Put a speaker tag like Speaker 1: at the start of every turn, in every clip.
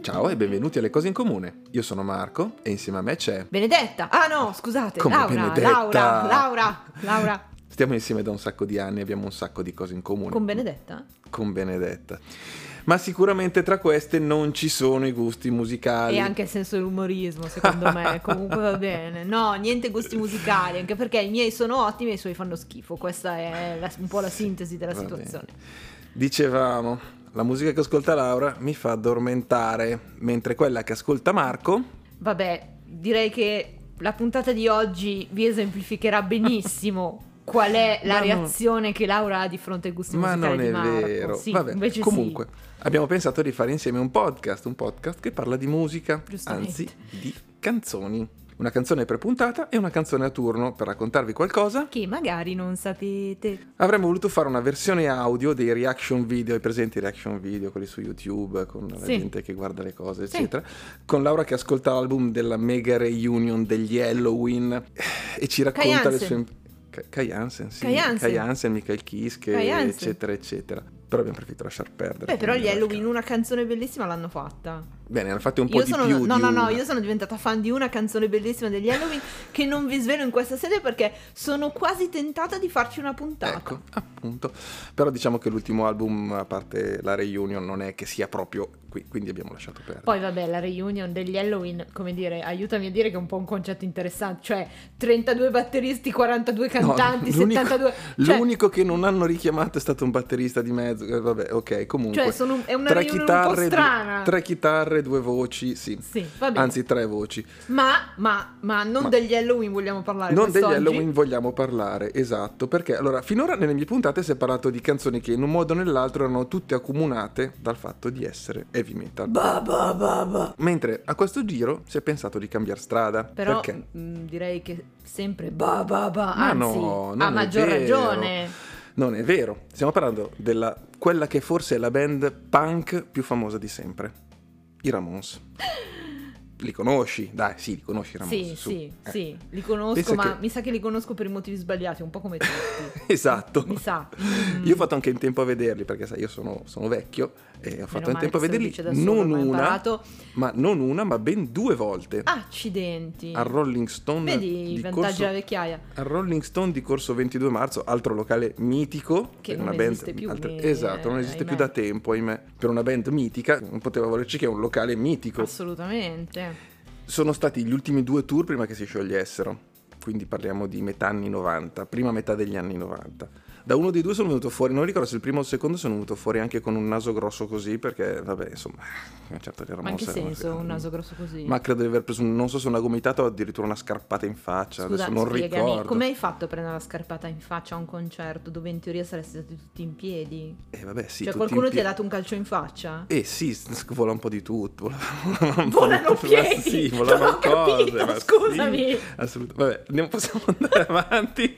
Speaker 1: Ciao e benvenuti alle Cose in Comune. Io sono Marco e insieme a me c'è.
Speaker 2: Benedetta! Ah no, scusate,
Speaker 1: Come
Speaker 2: Laura,
Speaker 1: Benedetta?
Speaker 2: Laura, Laura, Laura.
Speaker 1: Stiamo insieme da un sacco di anni e abbiamo un sacco di cose in comune.
Speaker 2: Con Benedetta?
Speaker 1: Con Benedetta. Ma sicuramente tra queste non ci sono i gusti musicali.
Speaker 2: E anche il senso dell'umorismo, secondo me. Comunque va bene. No, niente gusti musicali, anche perché i miei sono ottimi e i suoi fanno schifo. Questa è la- un po' la sintesi della
Speaker 1: Va bene.
Speaker 2: situazione.
Speaker 1: Dicevamo, la musica che ascolta Laura mi fa addormentare, mentre quella che ascolta Marco.
Speaker 2: Vabbè, direi che la puntata di oggi vi esemplificherà benissimo. Qual è la
Speaker 1: Ma non-
Speaker 2: reazione che Laura ha di fronte ai gusti
Speaker 1: Ma
Speaker 2: musicali
Speaker 1: non
Speaker 2: di
Speaker 1: è
Speaker 2: Marco?
Speaker 1: vero.
Speaker 2: Sì,
Speaker 1: Vabbè,
Speaker 2: invece sì.
Speaker 1: comunque, abbiamo pensato di fare insieme un podcast, un podcast che parla di musica,
Speaker 2: Giustamente.
Speaker 1: anzi di canzoni. Una canzone prepuntata e una canzone a turno per raccontarvi qualcosa
Speaker 2: Che magari non sapete.
Speaker 1: Avremmo voluto fare una versione audio dei reaction video, i presenti reaction video, quelli su YouTube, con la
Speaker 2: Sì.
Speaker 1: gente che guarda le cose,
Speaker 2: Sì.
Speaker 1: eccetera, con Laura che ascolta l'album della mega reunion degli Halloween e ci racconta le
Speaker 2: Hansen.
Speaker 1: sue... Ka- Kai Hansen, sì.
Speaker 2: Kai Hansen.
Speaker 1: Hansen, Michael Kiske,
Speaker 2: Kai Hansen.
Speaker 1: eccetera, eccetera. Però abbiamo preferito lasciar perdere.
Speaker 2: Beh, però
Speaker 1: quindi
Speaker 2: gli
Speaker 1: era-
Speaker 2: Halloween una canzone bellissima l'hanno fatta.
Speaker 1: Bene, hanno fatto un po'
Speaker 2: Io
Speaker 1: di
Speaker 2: sono,
Speaker 1: più
Speaker 2: no,
Speaker 1: di
Speaker 2: no, no,
Speaker 1: una. Ecco,
Speaker 2: io sono diventata fan di una canzone bellissima degli Halloween che non vi svelo in questa sede perché sono quasi tentata di farci una puntata.
Speaker 1: Ecco, appunto. Però diciamo che l'ultimo album, a parte la reunion, non è che sia proprio qui, quindi abbiamo lasciato perdere.
Speaker 2: Poi vabbè, la reunion degli Halloween, come dire, aiutami a dire che è un po' un concetto interessante, cioè 32 batteristi, 42 cantanti,
Speaker 1: l'unico-
Speaker 2: 72... Cioè,
Speaker 1: L'unico che non hanno richiamato è stato un batterista di mezzo. eh, Vabbè, ok, comunque.
Speaker 2: cioè sono un- è una
Speaker 1: tre
Speaker 2: reunion un
Speaker 1: chitarre,
Speaker 2: po'
Speaker 1: due-
Speaker 2: strana.
Speaker 1: tre chitarre, due voci, sì.
Speaker 2: Sì, va bene.
Speaker 1: Anzi, tre voci.
Speaker 2: ma, ma, ma non
Speaker 1: Ma-
Speaker 2: degli Halloween vogliamo parlare.
Speaker 1: non degli
Speaker 2: quest'oggi?
Speaker 1: Halloween vogliamo parlare, esatto, perché allora finora nelle mie puntate si è parlato di canzoni che in un modo o nell'altro erano tutte accomunate dal fatto di essere heavy metal.
Speaker 2: Ba, ba, ba, ba.
Speaker 1: Mentre a questo giro si è pensato di cambiare strada.
Speaker 2: Però
Speaker 1: perché?
Speaker 2: mh, direi che sempre ba ba ba,
Speaker 1: Ma
Speaker 2: anzi,
Speaker 1: no, non
Speaker 2: a
Speaker 1: è
Speaker 2: maggior
Speaker 1: vero.
Speaker 2: ragione.
Speaker 1: Non è vero, stiamo parlando della quella che forse è la band punk più famosa di sempre, i Ramones. Li conosci? Dai, sì, li conosci i Ramones.
Speaker 2: Sì,
Speaker 1: su.
Speaker 2: sì,
Speaker 1: Eh.
Speaker 2: sì, li conosco,
Speaker 1: Pensa
Speaker 2: ma
Speaker 1: che-
Speaker 2: mi sa che li conosco per i motivi sbagliati, un po' come tutti.
Speaker 1: Esatto.
Speaker 2: Mi sa.
Speaker 1: Io ho fatto anche in tempo a vederli, perché sai, io sono, sono vecchio e ho fatto in tempo a vederli non una, ma non una, ma ben due volte.
Speaker 2: Accidenti.
Speaker 1: Al Rolling Stone
Speaker 2: Ah, Vedi i
Speaker 1: di
Speaker 2: vantaggi
Speaker 1: corso,
Speaker 2: della vecchiaia.
Speaker 1: al Rolling Stone di corso 22 marzo, altro locale mitico.
Speaker 2: Che
Speaker 1: per
Speaker 2: non
Speaker 1: una band,
Speaker 2: esiste più,
Speaker 1: altre-
Speaker 2: eh,
Speaker 1: esatto, non esiste
Speaker 2: ahimè.
Speaker 1: più da tempo, ahimè. Per una band mitica non poteva volerci che è un locale mitico.
Speaker 2: Assolutamente.
Speaker 1: Sono stati gli ultimi due tour prima che si sciogliessero, quindi parliamo di metà anni 90, prima metà degli anni 90. Da uno dei due sono venuto fuori, non ricordo se il primo o il secondo sono venuto fuori anche con un naso grosso così, perché vabbè, insomma, certo era
Speaker 2: Ma in che senso un naso grosso così?
Speaker 1: ma credo di aver preso, un- non so se una gomitata o addirittura una scarpata in faccia,
Speaker 2: Scusa,
Speaker 1: adesso non
Speaker 2: spiegami,
Speaker 1: ricordo.
Speaker 2: come hai fatto a prendere la scarpata in faccia a un concerto dove in teoria sareste stati tutti in piedi?
Speaker 1: Eh vabbè, sì,
Speaker 2: cioè
Speaker 1: tutti in
Speaker 2: qualcuno ti
Speaker 1: pie-
Speaker 2: ha dato un calcio in faccia?
Speaker 1: Eh sì, s- vola un po' di tutto. vola- vola un po' di
Speaker 2: Volano
Speaker 1: tutto, ma
Speaker 2: piedi!
Speaker 1: Sì,
Speaker 2: Non
Speaker 1: volano
Speaker 2: ho capito,
Speaker 1: cose, ma sì,
Speaker 2: scusami!
Speaker 1: assolutamente. Vabbè, andiamo- possiamo andare avanti.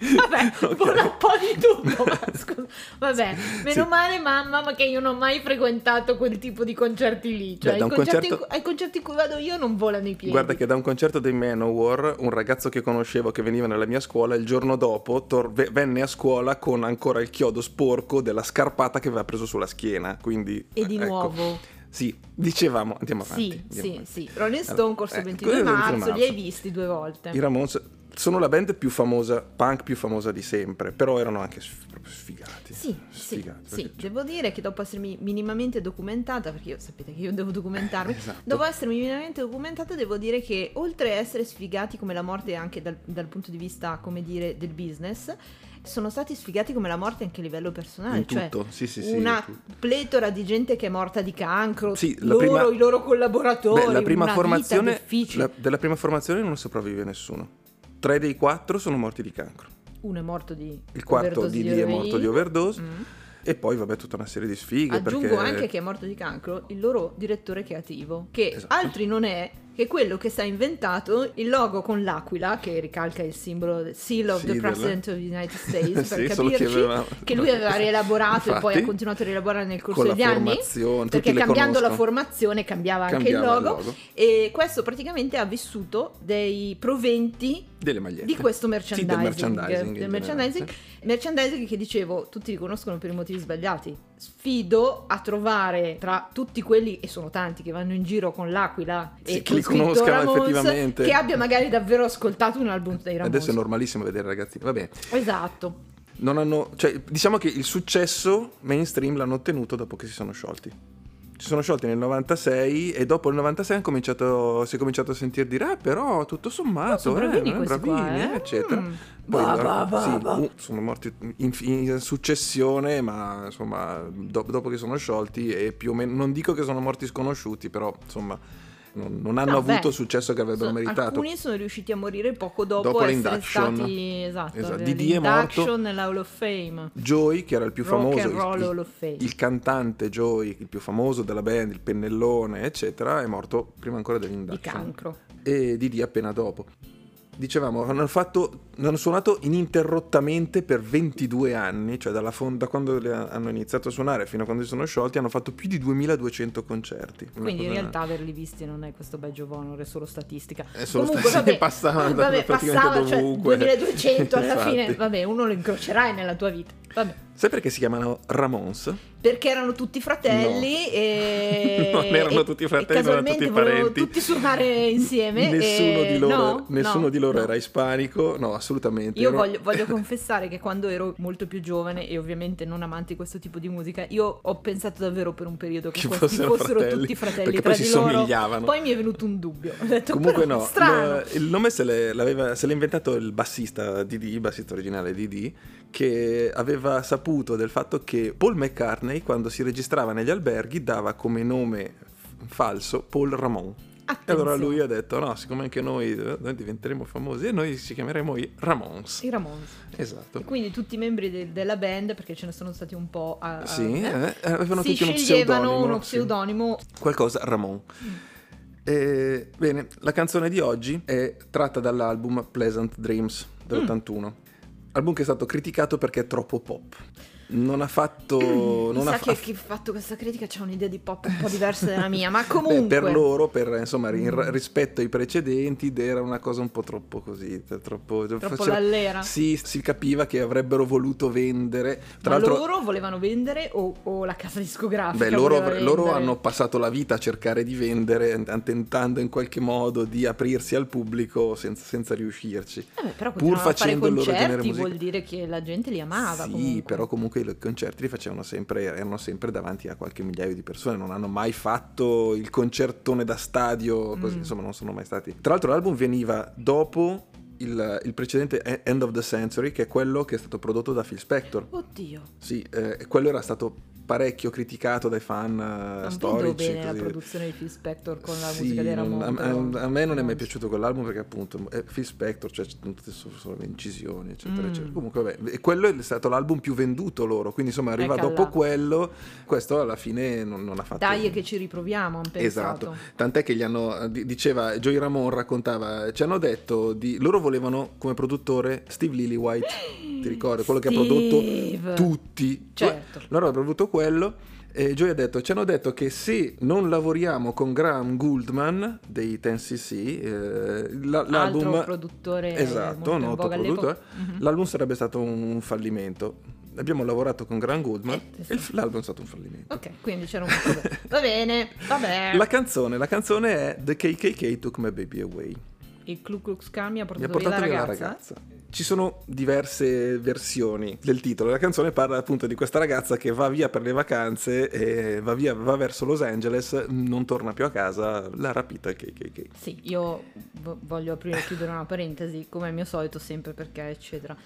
Speaker 2: Vabbè,
Speaker 1: Ok.
Speaker 2: vola un po' di tutto. ma scusa. Vabbè, meno
Speaker 1: Sì.
Speaker 2: male, mamma, ma che io non ho mai frequentato quel tipo di concerti lì. Cioè,
Speaker 1: Beh, da
Speaker 2: ai,
Speaker 1: un
Speaker 2: concerti in
Speaker 1: concerto-
Speaker 2: cui- ai concerti in cui vado io non volano i piedi.
Speaker 1: Guarda che da un concerto dei Manowar, un ragazzo che conoscevo che veniva nella mia scuola, il giorno dopo tor- ve- venne a scuola con ancora il chiodo sporco della scarpata che aveva preso sulla schiena, quindi...
Speaker 2: E di
Speaker 1: ecco.
Speaker 2: nuovo.
Speaker 1: Sì, dicevamo, andiamo avanti.
Speaker 2: Sì,
Speaker 1: andiamo
Speaker 2: sì,
Speaker 1: avanti.
Speaker 2: sì. Rolling
Speaker 1: Allora,
Speaker 2: Stone, corso
Speaker 1: ecco,
Speaker 2: 22
Speaker 1: quello è il
Speaker 2: marzo,
Speaker 1: 22
Speaker 2: li hai visti due volte.
Speaker 1: I Ramones sono la band più famosa, punk più famosa di sempre, però erano anche sf- proprio sfigati.
Speaker 2: Sì, sì,
Speaker 1: Sfigati,
Speaker 2: sì.
Speaker 1: perché-
Speaker 2: devo dire che dopo essermi minimamente documentata, perché io, sapete che io devo documentarmi,
Speaker 1: Esatto.
Speaker 2: dopo essermi minimamente documentata devo dire che oltre a essere sfigati come la morte anche dal, dal punto di vista, come dire, del business, sono stati sfigati come la morte anche a livello personale,
Speaker 1: in
Speaker 2: cioè
Speaker 1: tutto, sì, sì, sì.
Speaker 2: una
Speaker 1: in tutto.
Speaker 2: pletora di gente che è morta di cancro,
Speaker 1: Sì, la
Speaker 2: loro,
Speaker 1: prima-
Speaker 2: i loro collaboratori,
Speaker 1: Beh, la prima
Speaker 2: una
Speaker 1: formazione,
Speaker 2: vita difficile.
Speaker 1: la- della prima formazione non sopravvive nessuno. Tre dei quattro sono morti di cancro.
Speaker 2: Uno è morto di
Speaker 1: Il quarto
Speaker 2: overdose
Speaker 1: di lì è morto di
Speaker 2: eroina.
Speaker 1: overdose.
Speaker 2: Mm.
Speaker 1: E poi, vabbè, tutta una serie di sfighe.
Speaker 2: Aggiungo
Speaker 1: perché...
Speaker 2: anche che è morto di cancro il loro direttore creativo, che
Speaker 1: Esatto.
Speaker 2: altri non è che quello che si è inventato il logo con l'aquila che ricalca il simbolo del Seal of
Speaker 1: Sì,
Speaker 2: the
Speaker 1: della-
Speaker 2: President of the United States
Speaker 1: eh? Sì,
Speaker 2: per
Speaker 1: solo
Speaker 2: capirci che,
Speaker 1: aveva-
Speaker 2: lui aveva rielaborato e poi
Speaker 1: Infatti,
Speaker 2: ha continuato a rielaborare nel corso
Speaker 1: con la
Speaker 2: degli anni
Speaker 1: formazione, tutti
Speaker 2: perché
Speaker 1: le
Speaker 2: cambiando la
Speaker 1: conoscono.
Speaker 2: formazione cambiava anche
Speaker 1: Cambiava
Speaker 2: il logo e questo praticamente ha vissuto dei proventi
Speaker 1: Delle magliette.
Speaker 2: di questo
Speaker 1: Sì,
Speaker 2: merchandising,
Speaker 1: del merchandising. in
Speaker 2: del
Speaker 1: generale,
Speaker 2: merchandising,
Speaker 1: sì.
Speaker 2: merchandising che dicevo tutti li conoscono per i motivi sbagliati sfido a trovare tra tutti quelli, e sono tanti, che vanno in giro con l'Aquila
Speaker 1: Sì,
Speaker 2: e
Speaker 1: che li
Speaker 2: con scritto
Speaker 1: conoscano
Speaker 2: Ramones,
Speaker 1: effettivamente.
Speaker 2: che abbia magari davvero ascoltato un album dei Ramones.
Speaker 1: Adesso è normalissimo vedere ragazzini. Va bene.
Speaker 2: Esatto.
Speaker 1: Non hanno, cioè, diciamo che il successo mainstream l'hanno ottenuto dopo che si sono sciolti. Si sono sciolti nel 96 e dopo il 96 hanno cominciato, si è cominciato a sentire dire, ah però tutto sommato,
Speaker 2: sono
Speaker 1: eh,
Speaker 2: bravini
Speaker 1: non è
Speaker 2: questi
Speaker 1: bravini,
Speaker 2: qua, eh."
Speaker 1: eh, eccetera.
Speaker 2: Mm.
Speaker 1: Poi
Speaker 2: Ba,
Speaker 1: allora-
Speaker 2: ba, ba,
Speaker 1: sì,
Speaker 2: ba.
Speaker 1: uh, sono morti in, in successione, ma insomma do- dopo che sono sciolti e più o meno, non dico che sono morti sconosciuti, però insomma non, non hanno
Speaker 2: No,
Speaker 1: avuto
Speaker 2: beh,
Speaker 1: il successo che avrebbero
Speaker 2: So-
Speaker 1: meritato.
Speaker 2: Alcuni sono riusciti a morire poco dopo,
Speaker 1: Dopo
Speaker 2: essere
Speaker 1: l'induction.
Speaker 2: stati esatto,
Speaker 1: Esatto.
Speaker 2: avere
Speaker 1: Didi è
Speaker 2: l'induction
Speaker 1: morto.
Speaker 2: nell'Hall of Fame.
Speaker 1: Joey, che era il più
Speaker 2: Rock
Speaker 1: famoso,
Speaker 2: and
Speaker 1: il-
Speaker 2: Roll Hall
Speaker 1: il,
Speaker 2: of Fame.
Speaker 1: il cantante Joey, il più famoso della band, il pennellone, eccetera, è morto prima ancora
Speaker 2: Di
Speaker 1: dell'induction.
Speaker 2: cancro.
Speaker 1: E Didi appena dopo. Dicevamo, hanno, fatto- hanno suonato ininterrottamente per 22 anni, cioè dalla fon- da quando le- hanno iniziato a suonare fino a quando si sono sciolti, hanno fatto più di 2200 concerti. Una
Speaker 2: Quindi in
Speaker 1: cosa-
Speaker 2: realtà averli visti non è questo badge of honor, è solo statistica.
Speaker 1: È solo
Speaker 2: Comunque,
Speaker 1: statistica,
Speaker 2: vabbè,
Speaker 1: passavano da-
Speaker 2: vabbè,
Speaker 1: praticamente
Speaker 2: passava, cioè,
Speaker 1: dovunque. Esatto.
Speaker 2: 2200 alla
Speaker 1: Infatti.
Speaker 2: fine, vabbè, uno lo incrocerai nella tua vita. Vabbè.
Speaker 1: Sai perché si chiamano Ramons?
Speaker 2: Perché erano tutti fratelli
Speaker 1: No.
Speaker 2: e...
Speaker 1: Non erano
Speaker 2: e-
Speaker 1: tutti
Speaker 2: e
Speaker 1: fratelli, ma erano
Speaker 2: casualmente
Speaker 1: tutti
Speaker 2: volevano
Speaker 1: parenti.
Speaker 2: tutti suonare insieme.
Speaker 1: nessuno
Speaker 2: e-
Speaker 1: di loro,
Speaker 2: no,
Speaker 1: nessuno
Speaker 2: no,
Speaker 1: di loro
Speaker 2: no.
Speaker 1: era ispanico, no, assolutamente.
Speaker 2: Io
Speaker 1: Erano-
Speaker 2: voglio, voglio confessare che quando ero molto più giovane e ovviamente non amante di questo tipo di musica, io ho pensato davvero per un periodo che,
Speaker 1: Che
Speaker 2: questi
Speaker 1: fossero
Speaker 2: fossero
Speaker 1: fratelli,
Speaker 2: tutti fratelli
Speaker 1: perché
Speaker 2: tra
Speaker 1: poi
Speaker 2: di
Speaker 1: si
Speaker 2: loro.
Speaker 1: somigliavano.
Speaker 2: Poi mi è venuto un dubbio. Ho detto,
Speaker 1: Comunque
Speaker 2: "Però,
Speaker 1: no,
Speaker 2: strano.
Speaker 1: lo- il nome se l'è, l'aveva- se l'è inventato il bassista DD, il bassista originale DD, che aveva saputo del fatto che Paul McCartney quando si registrava negli alberghi dava come nome f- falso Paul Ramon. E
Speaker 2: Attenzione.
Speaker 1: allora lui ha detto no, siccome anche noi, eh, noi diventeremo famosi e noi ci chiameremo i Ramons.
Speaker 2: I Ramones.
Speaker 1: Esatto.
Speaker 2: E quindi tutti i membri de- della band, perché ce ne sono stati un po' a, a-
Speaker 1: Sì,
Speaker 2: eh,
Speaker 1: eh, avevano
Speaker 2: si
Speaker 1: tutti uno
Speaker 2: sceglievano
Speaker 1: pseudonimo.
Speaker 2: uno
Speaker 1: sì.
Speaker 2: pseudonimo.
Speaker 1: qualcosa Ramon. Eh, bene, la canzone di oggi è tratta dall'album Pleasant Dreams dell'81,
Speaker 2: Mm.
Speaker 1: album che è stato criticato perché è troppo pop. Non ha fatto...
Speaker 2: Mi
Speaker 1: non ha
Speaker 2: sa Mm, che
Speaker 1: fa-
Speaker 2: chi ha fatto questa critica c'ha un'idea di pop un po' diversa dalla mia, ma
Speaker 1: Beh,
Speaker 2: comunque... Mm.
Speaker 1: per loro, per, insomma, in r- rispetto ai precedenti, ed era una cosa un po' troppo così. t- Troppo,
Speaker 2: Troppo
Speaker 1: faceva-
Speaker 2: lallera.
Speaker 1: Sì, si capiva che avrebbero voluto vendere. Tra
Speaker 2: Ma
Speaker 1: l'altro,
Speaker 2: loro volevano vendere o, o la casa discografica?
Speaker 1: Beh, loro,
Speaker 2: voleva
Speaker 1: loro
Speaker 2: vendere?
Speaker 1: hanno passato la vita a cercare di vendere, an- tentando in qualche modo di aprirsi al pubblico senza, senza riuscirci.
Speaker 2: Eh beh, però
Speaker 1: pur
Speaker 2: continuavano a fare
Speaker 1: facendo il loro genere
Speaker 2: concerti
Speaker 1: musicale.
Speaker 2: vuol dire che la gente li amava.
Speaker 1: sì,
Speaker 2: comunque.
Speaker 1: però comunque i concerti li facevano sempre, erano sempre davanti a qualche migliaio di persone, non hanno mai fatto il concertone da stadio, così,
Speaker 2: Mm.
Speaker 1: insomma non sono mai stati. Tra l'altro l'album veniva dopo il, il precedente E- End of the Century, che è quello che è stato prodotto da Phil Spector.
Speaker 2: Oddio,
Speaker 1: Sì, eh, quello era stato parecchio criticato dai fan eh,
Speaker 2: non vedo
Speaker 1: storici.
Speaker 2: bene la
Speaker 1: così.
Speaker 2: produzione di Phil Spector con la
Speaker 1: Sì,
Speaker 2: musica dei
Speaker 1: non-
Speaker 2: Ramones.
Speaker 1: a- a, a me non è mai
Speaker 2: piaciuto
Speaker 1: piaciuto quell'album perché appunto è Phil Spector, cioè c'è tutte solo, solo incisioni, eccetera,
Speaker 2: Mm.
Speaker 1: eccetera. Comunque vabbè, e quello è stato l'album più venduto loro, quindi insomma arriva
Speaker 2: Eccola.
Speaker 1: dopo quello, questo alla fine non, non ha fatto...
Speaker 2: Ecco, Dai, e che ci riproviamo, hanno pensato.
Speaker 1: Esatto, tant'è che gli hanno, di- diceva, Joey Ramon raccontava, ci hanno detto, di, loro volevano come produttore Steve Lillywhite, ti ricordi? Quello che ha
Speaker 2: Steve.
Speaker 1: prodotto tutti.
Speaker 2: Certo.
Speaker 1: Loro avrebbero avuto quello e Joey ha detto, ci hanno detto che se non lavoriamo con Graham Goldman dei 10cc, eh, la-
Speaker 2: Altro
Speaker 1: l'album...
Speaker 2: produttore
Speaker 1: Esatto,
Speaker 2: molto in
Speaker 1: noto
Speaker 2: voga all'epoca.
Speaker 1: produttore.
Speaker 2: Mhm.
Speaker 1: L'album sarebbe stato un fallimento. Abbiamo lavorato con Graham Goldman
Speaker 2: Eh, sì.
Speaker 1: e il- l'album è stato un fallimento.
Speaker 2: Ok, quindi c'era un po' Va bene, vabbè.
Speaker 1: La canzone, la canzone è The KKK Took My Baby Away.
Speaker 2: Il Ku Klux Klan mi ha
Speaker 1: Mi ha
Speaker 2: portato,
Speaker 1: portato
Speaker 2: via
Speaker 1: via
Speaker 2: la
Speaker 1: la ragazza.
Speaker 2: ragazza.
Speaker 1: Ci sono diverse versioni del titolo. La canzone parla appunto di questa ragazza che va via per le vacanze, e va, via, va verso Los Angeles, non torna più a casa, l'ha rapita il KKK.
Speaker 2: Sì, io vo- voglio aprire e chiudere una parentesi, come al mio solito, sempre perché, eccetera.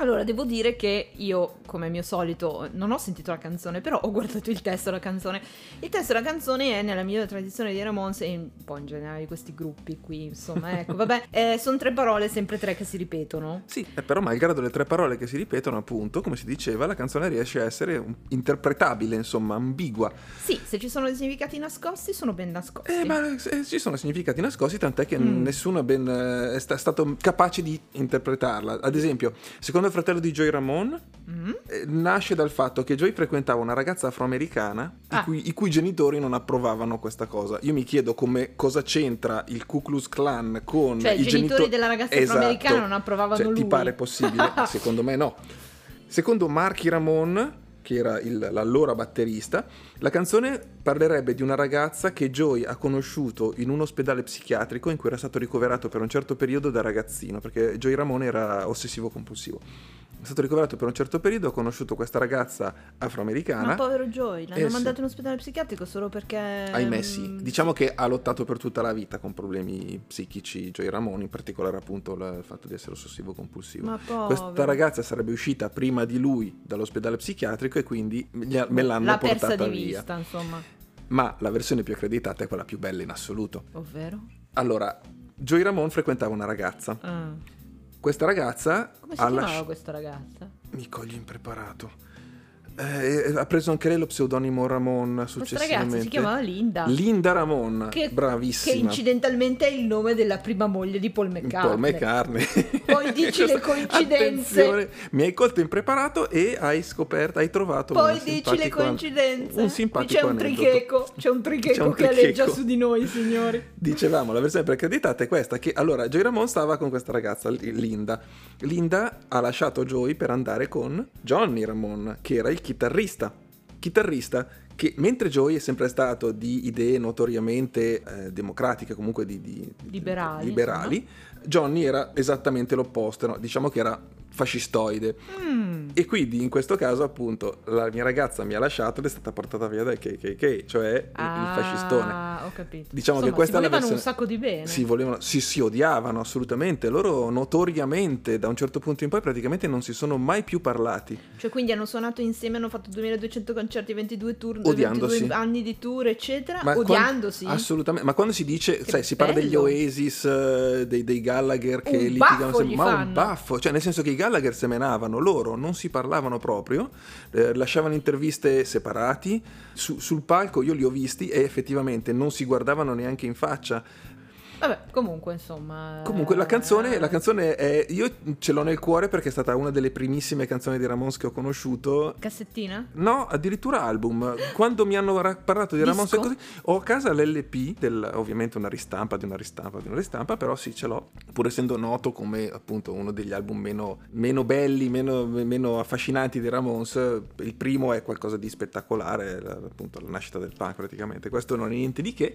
Speaker 2: Allora, devo dire che io, come al mio solito, non ho sentito la canzone, però ho guardato il testo della canzone. Il testo della canzone è nella migliore tradizione di Ramones e un po' in generale di questi gruppi qui, insomma, ecco, vabbè. sono tre parole, sempre tre che si ripetono.
Speaker 1: Sì, eh, però malgrado le tre parole che si ripetono, appunto, come si diceva, la canzone riesce a essere un- interpretabile, insomma, ambigua.
Speaker 2: Sì, se ci sono dei significati nascosti, sono ben nascosti.
Speaker 1: Eh, ma eh, ci sono significati nascosti, tant'è che
Speaker 2: Mm.
Speaker 1: nessuno è, ben, eh, è sta- stato capace di interpretarla. Ad esempio, secondo il fratello di Joy Ramon,
Speaker 2: Mm?
Speaker 1: eh, nasce dal fatto che Joy frequentava una ragazza afroamericana
Speaker 2: Ah.
Speaker 1: i, cui, i cui genitori non approvavano questa cosa. Io mi chiedo come, cosa c'entra il Ku Klux Klan con
Speaker 2: Cioè, i genitori
Speaker 1: genito-
Speaker 2: della ragazza
Speaker 1: Esatto.
Speaker 2: afroamericana non approvavano
Speaker 1: Cioè,
Speaker 2: lui.
Speaker 1: Ti pare possibile? Secondo me no. Secondo Marky Ramon, che era il- l'allora batterista, la canzone parlerebbe di una ragazza che Joy ha conosciuto in un ospedale psichiatrico in cui era stato ricoverato per un certo periodo da ragazzino, perché Joy Ramone era ossessivo compulsivo. È stato ricoverato per un certo periodo, ha conosciuto questa ragazza
Speaker 2: Ma
Speaker 1: afroamericana.
Speaker 2: povero Joy, l'hanno
Speaker 1: Eh, sì.
Speaker 2: mandato in ospedale psichiatrico solo perché...
Speaker 1: Ahimè sì,
Speaker 2: mm,
Speaker 1: diciamo che ha lottato per tutta la vita con problemi psichici Joy Ramone, in particolare appunto la- il fatto di essere ossessivo compulsivo.
Speaker 2: Ma povero.
Speaker 1: Questa ragazza sarebbe uscita prima di lui dall'ospedale psichiatrico e quindi me me l'hanno
Speaker 2: L'ha persa
Speaker 1: portata
Speaker 2: di
Speaker 1: via.
Speaker 2: vista, insomma.
Speaker 1: Ma la versione più accreditata è quella più bella in assoluto.
Speaker 2: Ovvero?
Speaker 1: Allora, Joy Ramone frequentava una ragazza.
Speaker 2: Ah.
Speaker 1: Questa ragazza
Speaker 2: Come si
Speaker 1: ha
Speaker 2: chiamava
Speaker 1: lasci-
Speaker 2: questa ragazza?
Speaker 1: Mi cogli impreparato. Eh, ha preso anche lei lo pseudonimo Ramon
Speaker 2: Questa
Speaker 1: successivamente.
Speaker 2: ragazza si chiamava Linda.
Speaker 1: Linda Ramon,
Speaker 2: Che-
Speaker 1: bravissima.
Speaker 2: Che incidentalmente è il nome della prima moglie di Paul McCartney.
Speaker 1: Paul McCartney.
Speaker 2: Poi dici le
Speaker 1: Questa-
Speaker 2: coincidenze.
Speaker 1: Cioè, attenzione, Mi hai colto impreparato e hai scoperto, hai trovato
Speaker 2: Poi
Speaker 1: un
Speaker 2: dici le
Speaker 1: simpatico an-
Speaker 2: coincidenze.
Speaker 1: Un
Speaker 2: Qui
Speaker 1: simpatico
Speaker 2: c'è un
Speaker 1: aneddoto.
Speaker 2: tricheco, c'è un tricheco
Speaker 1: C'è un
Speaker 2: che alleggia
Speaker 1: tricheco.
Speaker 2: su di noi, signori.
Speaker 1: Dicevamo, la versione preccreditata è questa, che allora Joy Ramon stava con questa ragazza, L- Linda. Linda ha lasciato Joy per andare con Johnny Ramon, che era il chitarrista. Chitarrista che, mentre Joy è sempre stato di idee notoriamente eh, democratiche, comunque di, di-
Speaker 2: Liberali,
Speaker 1: liberali, Johnny era esattamente l'opposto, no? diciamo che era fascistoide.
Speaker 2: Mm.
Speaker 1: E quindi in questo caso appunto la mia ragazza mi ha lasciato ed è stata portata via dal KKK, cioè il-
Speaker 2: Ah,
Speaker 1: il fascistone.
Speaker 2: ho capito.
Speaker 1: Diciamo
Speaker 2: Insomma,
Speaker 1: che questa
Speaker 2: si
Speaker 1: è la
Speaker 2: volevano
Speaker 1: versione...
Speaker 2: un sacco di bene.
Speaker 1: Si, volevano, si, si odiavano assolutamente. Loro notoriamente, da un certo punto in poi, praticamente non si sono mai più parlati.
Speaker 2: Cioè, quindi hanno suonato insieme, hanno fatto 2200 concerti, 22 tour,
Speaker 1: Odiandosi.
Speaker 2: 22 anni di tour, eccetera,
Speaker 1: Ma Ah, quan-
Speaker 2: Ah, odiandosi.
Speaker 1: assolutamente. Ma quando si dice, sai, si parla degli
Speaker 2: bello.
Speaker 1: Oasis, eh, dei, dei Gallagher che
Speaker 2: Un
Speaker 1: litigano
Speaker 2: baffo
Speaker 1: sempre,
Speaker 2: gli
Speaker 1: ma un
Speaker 2: fanno.
Speaker 1: baffo, cioè nel senso che i Gallagher semenavano, loro non si parlavano proprio, eh, lasciavano interviste separati, Su- sul palco io li ho visti e effettivamente non si guardavano neanche in faccia.
Speaker 2: Vabbè, comunque, insomma. eh,
Speaker 1: Comunque la canzone, la canzone
Speaker 2: canzone
Speaker 1: è, io ce l'ho nel cuore perché è stata una delle primissime canzoni di Ramones che ho conosciuto.
Speaker 2: Cassettina?
Speaker 1: No, addirittura album. Quando mi hanno ra- parlato di
Speaker 2: Disco?
Speaker 1: Ramones e così, ho a casa l'LP, del, ovviamente una ristampa di una ristampa di una ristampa, però sì, ce l'ho. Pur essendo noto come appunto uno degli album meno, meno belli, meno, meno affascinanti di Ramones, il primo è qualcosa di spettacolare, la- appunto la nascita del punk praticamente. Questo non è niente di che.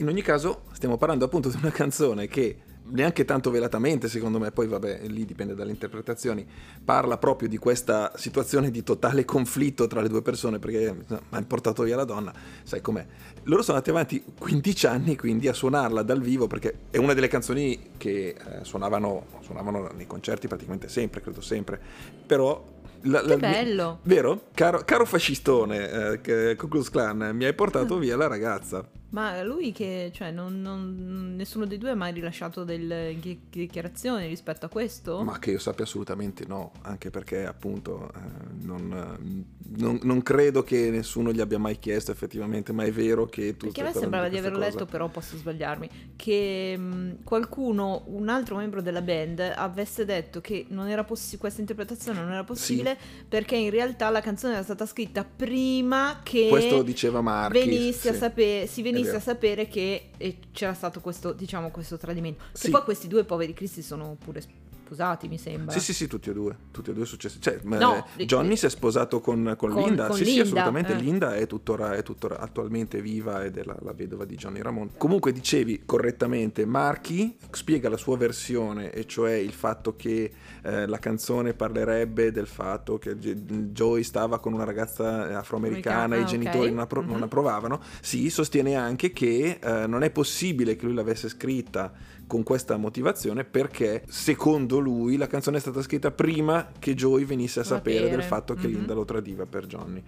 Speaker 1: In ogni caso, stiamo parlando appunto di una canzone che neanche tanto velatamente, secondo me, poi vabbè, lì dipende dalle interpretazioni, parla proprio di questa situazione di totale conflitto tra le due persone perché no, mi hanno portato via la donna, sai com'è. Loro sono andati avanti 15 anni quindi a suonarla dal vivo perché è una delle canzoni che eh, suonavano, suonavano nei concerti praticamente sempre, credo sempre, però... la- la-
Speaker 2: Che bello.
Speaker 1: Vero? Caro, caro fascistone, eh, che- Ku Klux Klan, mi hai portato via la ragazza.
Speaker 2: Ma lui che, cioè, non, non- nessuno dei due ha mai rilasciato delle chi- dichiarazioni rispetto a questo?
Speaker 1: Ma che io sappia assolutamente no, anche perché appunto eh, non, mm, non- non credo che nessuno gli abbia mai chiesto effettivamente, ma è vero che tu...
Speaker 2: Perché a me sembrava di aver letto, però posso sbagliarmi, che mh, qualcuno, un altro membro della band, avesse detto che non era possi- questa interpretazione non era possibile perché in realtà la canzone era stata scritta prima che
Speaker 1: Questo lo diceva Marchi.
Speaker 2: venisse a
Speaker 1: sì.
Speaker 2: sapere, si
Speaker 1: è
Speaker 2: venisse
Speaker 1: vero.
Speaker 2: a sapere che eh, c'era stato questo, diciamo, questo tradimento. Che
Speaker 1: Sì.
Speaker 2: poi questi due poveri cristi sono pure sposati, mi sembra.
Speaker 1: Sì, sì, sì, tutti e due, tutti e due successi. Cioè, ma,
Speaker 2: No,
Speaker 1: eh, Johnny
Speaker 2: li-
Speaker 1: si è sposato con, con
Speaker 2: Con-
Speaker 1: Linda,
Speaker 2: con
Speaker 1: sì, sì,
Speaker 2: Linda,
Speaker 1: assolutamente.
Speaker 2: eh.
Speaker 1: Linda è tuttora, è tuttora attualmente viva ed è la, la vedova di Johnny Ramon. Comunque dicevi correttamente, Marchi spiega la sua versione, e cioè il fatto che eh, la canzone parlerebbe del fatto che G- Joey stava con una ragazza afroamericana,
Speaker 2: Americana,
Speaker 1: i
Speaker 2: ah,
Speaker 1: genitori
Speaker 2: ok.
Speaker 1: non, appro- non
Speaker 2: Mhm.
Speaker 1: approvavano. Sì, sostiene anche che eh, non è possibile che lui l'avesse scritta con questa motivazione perché secondo lui la canzone è stata scritta prima che Joey venisse a sapere,
Speaker 2: Sapere.
Speaker 1: del fatto che
Speaker 2: Mhm.
Speaker 1: Linda lo tradiva per Johnny.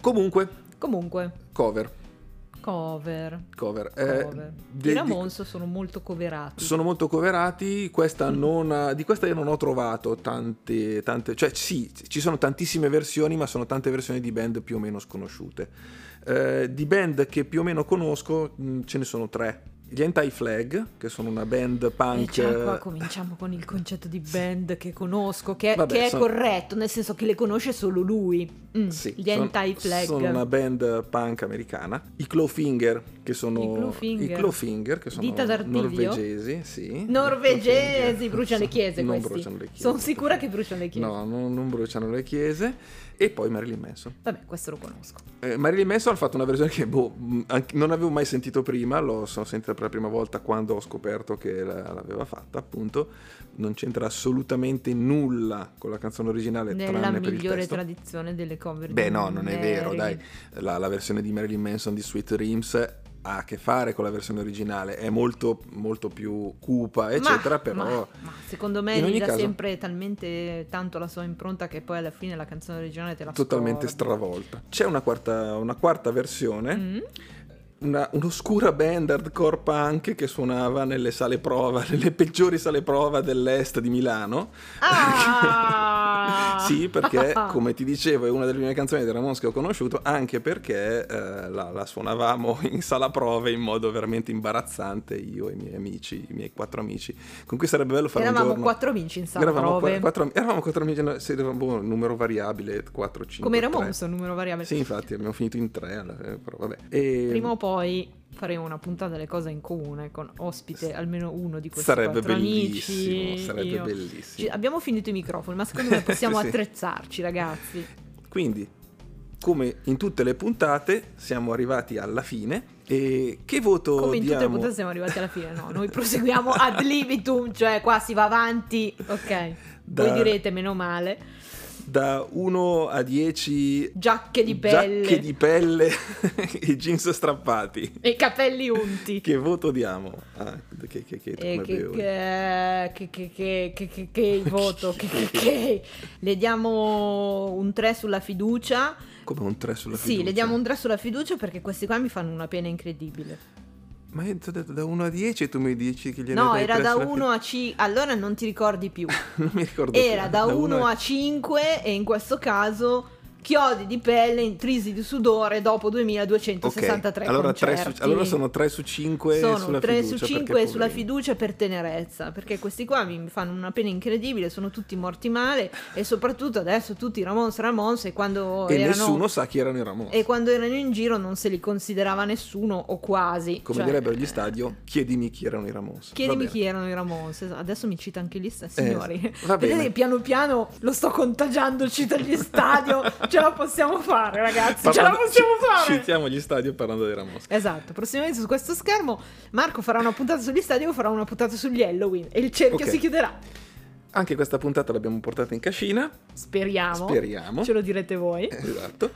Speaker 1: Comunque,
Speaker 2: Comunque,
Speaker 1: cover,
Speaker 2: cover.
Speaker 1: cover. Eh,
Speaker 2: cover.
Speaker 1: de- di-
Speaker 2: I Ramonso sono molto coverati.
Speaker 1: sono molto coverati, questa
Speaker 2: Mm.
Speaker 1: non ha- di questa io non ho trovato tante, tante, cioè sì, ci sono tantissime versioni, ma sono tante versioni di band più o meno sconosciute. Eh, di band che più o meno conosco mh, mm, ce ne sono tre. Gli Anti-Flag, che sono una band
Speaker 2: E
Speaker 1: punk...
Speaker 2: già qua cominciamo con il concetto di band che conosco, che,
Speaker 1: Vabbè,
Speaker 2: che è
Speaker 1: sono-
Speaker 2: corretto, nel senso che le conosce solo lui. Mm,
Speaker 1: Sì,
Speaker 2: gli
Speaker 1: son-
Speaker 2: anti-flag.
Speaker 1: Sono una band punk americana. I Clawfinger, che sono...
Speaker 2: I Clawfinger.
Speaker 1: i Clawfinger, che sono
Speaker 2: Dita d'artiglio?
Speaker 1: norvegesi, sì.
Speaker 2: Norvegesi,
Speaker 1: I Clawfinger.
Speaker 2: bruciano le chiese
Speaker 1: Non
Speaker 2: questi.
Speaker 1: bruciano le chiese.
Speaker 2: Sono sicura che bruciano le chiese.
Speaker 1: No, non, non bruciano le chiese. E poi Marilyn Manson.
Speaker 2: Vabbè, questo lo conosco.
Speaker 1: Eh, Marilyn Manson ha fatto una versione che boh, mh, anche- non avevo mai sentito prima, l'ho sono sentita per la prima volta quando ho scoperto che la- l'aveva fatta, appunto. Non c'entra assolutamente nulla con la canzone originale,
Speaker 2: Nella
Speaker 1: tranne per il
Speaker 2: migliore
Speaker 1: testo.
Speaker 2: tradizione delle cover
Speaker 1: Beh,
Speaker 2: di
Speaker 1: no, non è vero,
Speaker 2: Marilyn.
Speaker 1: dai. La, la versione di Marilyn Manson di Sweet Dreams ha a che fare con la versione originale, è molto, molto più cupa, eccetera,
Speaker 2: ma,
Speaker 1: però...
Speaker 2: ma- ma secondo me
Speaker 1: in ogni
Speaker 2: gli dà
Speaker 1: caso-
Speaker 2: sempre talmente tanto la sua impronta che poi alla fine la canzone originale te la
Speaker 1: Totalmente eh?
Speaker 2: scordi.
Speaker 1: stravolta. C'è una quarta, una quarta versione,
Speaker 2: Mm?
Speaker 1: una- un'oscura band hardcore punk che suonava nelle sale prova, nelle peggiori sale prova dell'est di Milano.
Speaker 2: Ah!
Speaker 1: sì, perché come ti dicevo è una delle prime canzoni dei Ramones che ho conosciuto, anche perché eh, la, la suonavamo in sala prove in modo veramente imbarazzante io e i miei amici, i miei quattro amici, con cui sarebbe bello fare un
Speaker 2: Eravamo
Speaker 1: giorno.
Speaker 2: quattro amici in sala
Speaker 1: Eravamo,
Speaker 2: prove.
Speaker 1: qua- quattro, eravamo quattro amici, no, se eravamo boh, numero variabile, 4, 5.
Speaker 2: Come Ramones, un numero variabile.
Speaker 1: Sì, infatti abbiamo finito in tre, alla fine, però vabbè. E
Speaker 2: Prima o poi faremo una puntata delle cose in comune con ospite almeno uno di questi
Speaker 1: sarebbe
Speaker 2: quattro
Speaker 1: bellissimo,
Speaker 2: amici.
Speaker 1: sarebbe
Speaker 2: io.
Speaker 1: bellissimo.
Speaker 2: Ci- abbiamo finito i microfoni, ma secondo me possiamo
Speaker 1: Sì.
Speaker 2: attrezzarci, ragazzi.
Speaker 1: Quindi, come in tutte le puntate, siamo arrivati alla fine. E che voto
Speaker 2: Come in tutte le
Speaker 1: diamo?
Speaker 2: puntate siamo arrivati alla fine, no? Noi proseguiamo ad libitum, cioè qua si va avanti, ok?
Speaker 1: Da-
Speaker 2: Voi direte, meno male,
Speaker 1: Da 1 a 10
Speaker 2: giacche di pelle
Speaker 1: giacche di pelle e jeans strappati.
Speaker 2: e capelli unti.
Speaker 1: Che voto diamo? Ah, che, che, che,
Speaker 2: E
Speaker 1: come
Speaker 2: Eh, che,
Speaker 1: bevo.
Speaker 2: che, che, che, che, che, che, che il voto, che, che, che. le diamo un 3 sulla fiducia.
Speaker 1: Come un 3 sulla fiducia.
Speaker 2: Sì, le diamo un 3 sulla fiducia perché questi qua mi fanno una pena incredibile.
Speaker 1: Ma io ti ho detto da 1 a 10 e tu mi dici che gliene
Speaker 2: No,
Speaker 1: dai
Speaker 2: era
Speaker 1: tre
Speaker 2: da
Speaker 1: sulla
Speaker 2: 1 a 5, allora non ti ricordi più.
Speaker 1: fiducia. Non mi ricordo
Speaker 2: Era
Speaker 1: più.
Speaker 2: da
Speaker 1: uno
Speaker 2: 1 a 5 e in questo caso chiodi di pelle intrisi di sudore dopo 2263
Speaker 1: Ok, allora, tre
Speaker 2: concerti.
Speaker 1: su- allora sono 3 su 5
Speaker 2: Sono
Speaker 1: sulla
Speaker 2: 3
Speaker 1: fiducia.
Speaker 2: su 5
Speaker 1: perché
Speaker 2: sulla
Speaker 1: poverini.
Speaker 2: fiducia per tenerezza, perché questi qua mi fanno una pena incredibile, sono tutti morti male e soprattutto adesso tutti Ramons Ramons e quando,
Speaker 1: E
Speaker 2: erano,
Speaker 1: nessuno sa chi erano i Ramones.
Speaker 2: e quando erano in giro non se li considerava nessuno o quasi.
Speaker 1: Come
Speaker 2: Cioè,
Speaker 1: direbbero gli stadio, chiedimi chi erano i Ramones.
Speaker 2: Chiedimi
Speaker 1: Va bene. Eh,
Speaker 2: chi erano i Ramones, esatto. adesso mi cita anche lì, sta- signori.
Speaker 1: va
Speaker 2: Vedete
Speaker 1: bene.
Speaker 2: che piano piano lo sto contagiando, cita gli stadio, ce la possiamo fare ragazzi, ce la
Speaker 1: Parlando-
Speaker 2: possiamo
Speaker 1: ci-
Speaker 2: fare!
Speaker 1: Citiamo gli stadio parlando dei Ramones.
Speaker 2: Esatto, prossimamente su questo schermo Marco farà una puntata sugli stadio, io farò una puntata sugli Halloween e il cerchio
Speaker 1: Ok.
Speaker 2: si chiuderà.
Speaker 1: Anche questa puntata l'abbiamo portata in cascina.
Speaker 2: Speriamo.
Speaker 1: Speriamo.
Speaker 2: Ce lo direte voi.
Speaker 1: Esatto.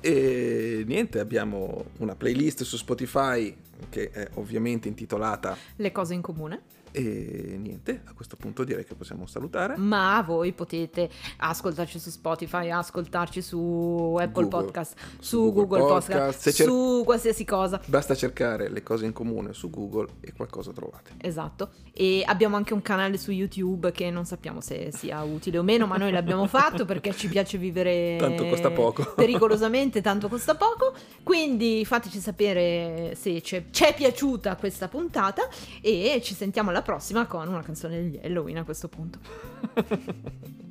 Speaker 1: e niente, abbiamo una playlist su Spotify che è ovviamente intitolata
Speaker 2: Le cose in comune.
Speaker 1: e niente, a questo punto direi che possiamo salutare.
Speaker 2: Ma voi potete ascoltarci su Spotify, ascoltarci su
Speaker 1: Google.
Speaker 2: Apple Podcast, su,
Speaker 1: Su
Speaker 2: Google,
Speaker 1: Google
Speaker 2: Podcast,
Speaker 1: Podcast, se cer-
Speaker 2: su qualsiasi cosa.
Speaker 1: Basta cercare le cose in comune su Google e qualcosa trovate.
Speaker 2: Esatto, e abbiamo anche un canale su YouTube che non sappiamo se sia utile o meno, ma noi l'abbiamo fatto perché ci piace vivere
Speaker 1: Tanto costa poco.
Speaker 2: pericolosamente, tanto costa poco. Quindi fateci sapere se c'è- ci è piaciuta questa puntata e ci sentiamo alla prossima con una canzone di Halloween a questo punto.